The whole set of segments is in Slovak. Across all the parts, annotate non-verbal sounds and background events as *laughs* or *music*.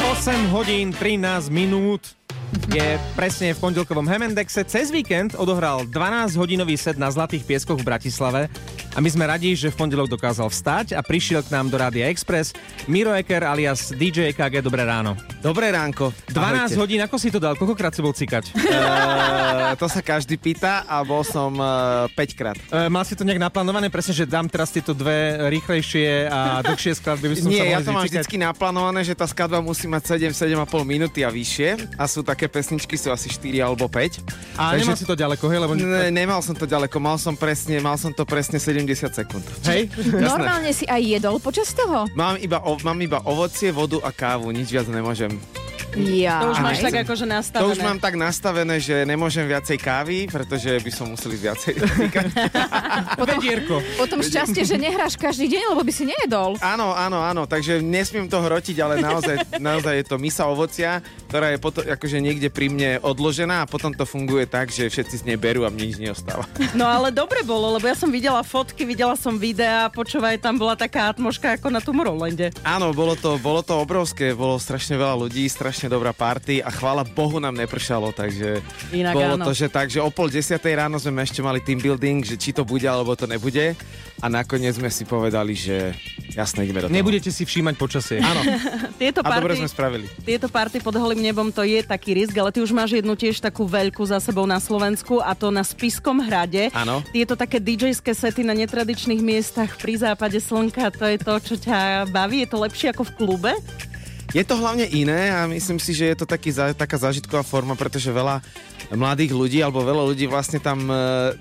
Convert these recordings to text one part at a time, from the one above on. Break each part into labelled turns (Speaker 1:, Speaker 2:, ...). Speaker 1: 8 hodín 13 minút je presne v pondelkovom Hemendexe. Cez víkend odohral 12-hodinový set na Zlatých pieskoch v Bratislave a my sme radi, že v pondelok dokázal vstať a prišiel k nám do Rádia Express Miro Eker alias DJ KG. Dobré ráno.
Speaker 2: Dobré ránko.
Speaker 1: 12 hodín, ako si to dal? Koľkokrát si bol cikať?
Speaker 2: *laughs* Uh, to sa každý pýta a bol som uh, 5 krát.
Speaker 1: E, mal si to nejak naplánované? Presne, že dám teraz tieto dve rýchlejšie a dlhšie skladby. By som sa
Speaker 2: Nie, ja
Speaker 1: mohli
Speaker 2: to mám
Speaker 1: vycikať.
Speaker 2: vždycky naplánované, že tá skladba musí mať 7, 7,5 minúty a vyššie a sú také pesničky, sú asi 4 alebo 5.
Speaker 1: A nemal si to ďaleko, hej? Lebo...
Speaker 2: Ne, nemal som to ďaleko, mal som presne, mal som to presne 70 sekúnd.
Speaker 1: Hej?
Speaker 3: Normálne si aj jedol počas toho?
Speaker 2: Mám iba, o, mám iba ovocie, vodu a kávu, nič viac nemôžem.
Speaker 3: Ja.
Speaker 4: To už máš
Speaker 2: Aj.
Speaker 4: tak akože nastavené.
Speaker 2: To už mám tak nastavené, že nemôžem viacej kávy, pretože by som musel ísť viacej.
Speaker 1: *laughs* Vedierko.
Speaker 3: Potom šťastie, že nehráš každý deň, lebo by si nejedol.
Speaker 2: Áno, áno, áno, takže nesmiem to hrotiť, ale
Speaker 4: *laughs*
Speaker 2: naozaj, naozaj je to misa ovocia, ktorá je potom, akože niekde pri mne odložená a potom to funguje tak, že všetci z nej berú a mne nič
Speaker 4: *laughs*
Speaker 2: neostáva.
Speaker 4: No ale dobre bolo, lebo ja som videla fotky, videla som videá, počúvaj, tam bola taká atmoška ako na Tomorrowlande.
Speaker 2: Áno, bolo to, bolo to obrovské, bolo strašne veľa ľudí, strašne dobrá party a chvála Bohu nám nepršalo, takže
Speaker 4: Inak
Speaker 2: bolo
Speaker 4: áno.
Speaker 2: to, že tak, že o pol desiatej ráno sme ešte mali team building, že či to bude alebo to nebude a nakoniec sme si povedali, že jasne ideme do toho.
Speaker 1: Nebudete si všímať počasie.
Speaker 4: *laughs*
Speaker 2: Áno,
Speaker 4: Tieto
Speaker 2: a dobre
Speaker 4: party,
Speaker 2: sme spravili.
Speaker 4: tieto party pod holým nebom, to je taký risk, ale ty už máš jednu tiež takú veľkú za sebou na Slovensku a to na Spiskom hrade.
Speaker 2: Áno.
Speaker 4: Tieto také DJ-ské sety na netradičných miestach pri západe slnka, to je to, čo ťa baví. Je to lepšie ako v klube?
Speaker 2: Je to hlavne iné a myslím si, že je to taký, za- taká zážitková forma, pretože veľa mladých ľudí alebo veľa ľudí vlastne tam e,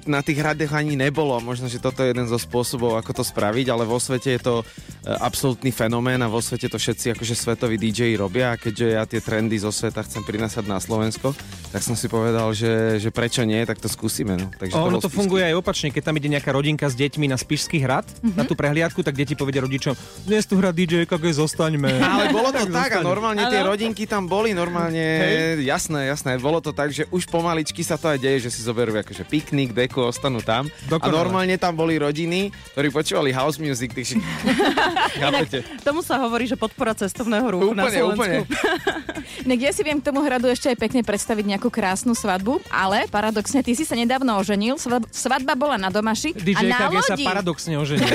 Speaker 2: na tých hradech ani nebolo. Možno, že toto je jeden zo spôsobov, ako to spraviť, ale vo svete je to e, absolútny fenomén a vo svete to všetci akože svetoví DJ robia a keďže ja tie trendy zo sveta chcem prinásať na Slovensko, tak som si povedal, že, že prečo nie, tak to skúsime. No. Takže
Speaker 1: Ono
Speaker 2: bol
Speaker 1: to
Speaker 2: skúsky.
Speaker 1: funguje aj opačne, keď tam ide nejaká rodinka s deťmi na Spišský hrad,
Speaker 2: Mhm.
Speaker 1: na tú prehliadku, tak deti povedia rodičom, dnes tu hra DJ KG, zostaňme.
Speaker 2: *laughs*
Speaker 1: *laughs*
Speaker 2: Ale bolo to tak a normálne tie
Speaker 4: Áno.
Speaker 2: rodinky tam boli, normálne, jasné, jasné, bolo to tak, že už pomaličky sa to aj deje, že si zoberú akože piknik, deku, ostanú tam.
Speaker 1: Dokonale.
Speaker 2: A normálne tam boli rodiny, ktorí počúvali house music,
Speaker 4: *laughs*
Speaker 2: takže... *laughs* Chápete?
Speaker 4: Tomu sa hovorí, že podpora cestovného ruchu na
Speaker 2: Úplne, úplne.
Speaker 4: Slovensku.
Speaker 3: Inak ja si viem k tomu hradu ešte aj pekne predstaviť nejakú krásnu svadbu, ale paradoxne, ty si sa nedávno oženil, svadb- svadba bola na domaši a
Speaker 1: DJ
Speaker 3: na
Speaker 1: KG sa
Speaker 3: lodi.
Speaker 1: paradoxne ožení.
Speaker 3: *laughs*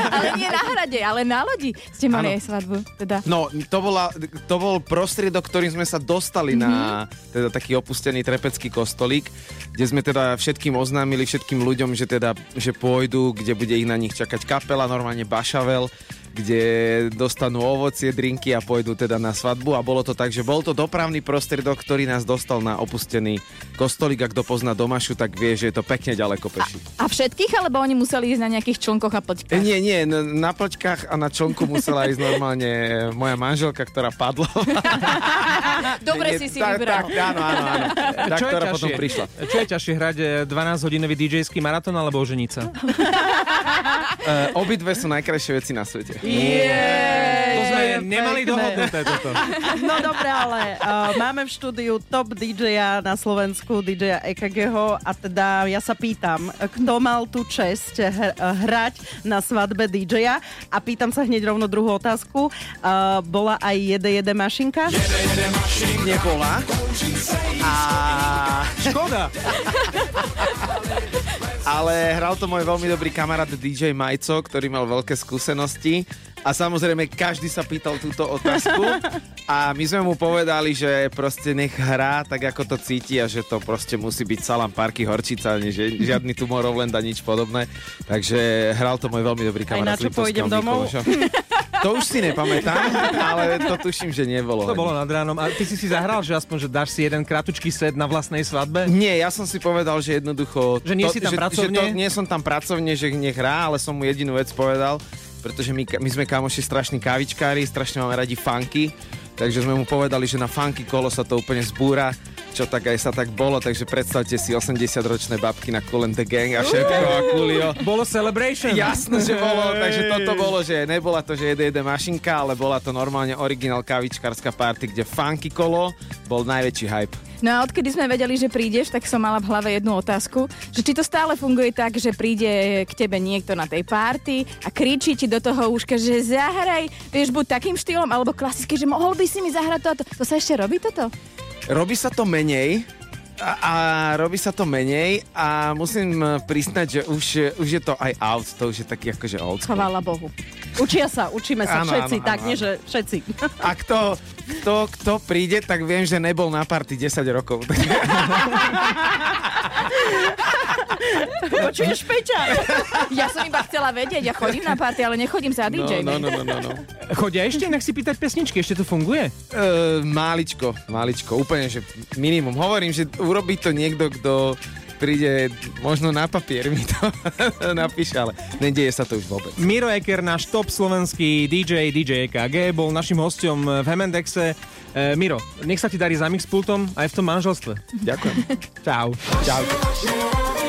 Speaker 2: *laughs*
Speaker 3: ale nie na hrade, ale na lodi ste mali
Speaker 2: Áno.
Speaker 3: aj svadbu. Teda.
Speaker 2: No, to, bola, to bol prostriedok, ktorým sme sa dostali mm-hmm. na teda taký opustený trepecký kostolík, kde sme teda všetkým oznámili, všetkým ľuďom, že teda, že pôjdu, kde bude ich na nich čakať kapela, normálne bašavel, kde dostanú ovocie, drinky a pôjdu teda na svadbu a bolo to tak, že bol to dopravný prostriedok, ktorý nás dostal na opustený kostolík a kto pozná Domašu, tak vie, že je to pekne ďaleko peši.
Speaker 3: A všetkých, alebo oni museli ísť na nejakých člnkoch a
Speaker 2: E,
Speaker 3: poďkať.
Speaker 2: Nie, nie, n- na plťkách a na člnku musela ísť normálne moja manželka, ktorá padla.
Speaker 3: Dobre si
Speaker 2: Nie,
Speaker 3: si
Speaker 2: tak, Tak,
Speaker 3: vybral.
Speaker 2: áno, áno, áno. Tá,
Speaker 1: Čo je
Speaker 2: ktorá
Speaker 1: ťažšie?
Speaker 2: potom prišla.
Speaker 1: Čo je ťažšie hrať eh, 12-hodinový DJ-ský maratón alebo oženiť sa?
Speaker 2: Uh, obidve sú najkrajšie veci na svete.
Speaker 1: To sme
Speaker 4: je
Speaker 1: nemali
Speaker 4: pekné.
Speaker 1: dohodnuté
Speaker 2: *laughs*
Speaker 1: toto.
Speaker 4: No dobre, ale uh, máme v štúdiu top DJ-a na Slovensku, DJ-a EKG-ho a teda ja sa pýtam, kto mal tú čest hr- hrať na svadbe DJ-a a pýtam sa hneď rovno druhú otázku. Uh, bola aj jede jede mašinka?
Speaker 2: Nebola. A,
Speaker 1: Škoda.
Speaker 2: *laughs* ale hral to môj veľmi dobrý kamarát DJ Majco, ktorý mal veľké skúsenosti. A samozrejme, každý sa pýtal túto otázku. A my sme mu povedali, že proste nech hrá tak, ako to cíti a že to proste musí byť salám parky horčica, nie- že žiadny Tomorrowland a nič podobné. Takže hral to môj veľmi dobrý
Speaker 4: Aj
Speaker 2: kamarát.
Speaker 4: na
Speaker 2: z
Speaker 4: čo
Speaker 2: Liptovského
Speaker 4: pôjdem domov?
Speaker 2: Mikuláša. To už si nepamätám, ale to tuším, že nebolo.
Speaker 1: To bolo nad ránom. A ty si si zahral, že aspoň, že dáš si jeden kratučký set na vlastnej svadbe?
Speaker 2: Nie, ja som si povedal, že jednoducho...
Speaker 1: Že nie si tam
Speaker 2: že,
Speaker 1: pracovne?
Speaker 2: Že to, nie som tam pracovne, že nech hrá, ale som mu jedinú vec povedal, pretože my, ka- my sme kamoši strašní kávičkári, strašne máme radi funky, takže sme mu povedali, že na funky kolo sa to úplne zbúra čo tak aj sa tak bolo, takže predstavte si 80-ročné babky na Cool and the Gang a všetko a Coolio.
Speaker 1: Bolo celebration.
Speaker 2: Jasné, že bolo, takže toto bolo, že nebola to, že jede jede mašinka, ale bola to normálne originál kavičkárska party, kde funky kolo bol najväčší hype.
Speaker 3: No a odkedy sme vedeli, že prídeš, tak som mala v hlave jednu otázku, že či to stále funguje tak, že príde k tebe niekto na tej party a kričí ti do toho úška, že zahraj, vieš, buď takým štýlom, alebo klasicky, že mohol by si mi zahrať to a to. To sa ešte robí toto?
Speaker 2: Robí sa to menej, a, a robí sa to menej a musím eh, priznať, že už, eh, už je to aj out, to už je taký akože old school.
Speaker 3: Chvála Bohu.
Speaker 4: Učia sa, učíme sa
Speaker 2: Áno,
Speaker 4: všetci,
Speaker 2: áno,
Speaker 4: tak
Speaker 2: áno,
Speaker 4: nie,
Speaker 2: áno.
Speaker 4: že všetci. *laughs*
Speaker 2: A kto, kto, kto príde, tak viem, že nebol na party 10 rokov.
Speaker 4: Počuješ,
Speaker 2: *laughs*
Speaker 4: Peťa?
Speaker 3: Ja som iba chcela vedieť, ja chodím na party, ale nechodím
Speaker 2: *laughs*
Speaker 3: za DJ.
Speaker 2: no, no, no, no, no.
Speaker 1: Chodia ešte, nech si pýtať pesničky, ešte to funguje?
Speaker 2: E, máličko, máličko, úplne, že minimum. Hovorím, že urobí to niekto, kto príde možno na papier mi to *laughs* napíše, ale nedieje sa to už vôbec.
Speaker 1: Miro Eker, náš top slovenský DJ, DJ EKG, E bol našim hostom v Hemendexe. E, Miro, nech sa ti darí za mixpultom aj v tom manželstve.
Speaker 2: Ďakujem.
Speaker 1: Čau.
Speaker 2: Čau.
Speaker 5: Naše, naše,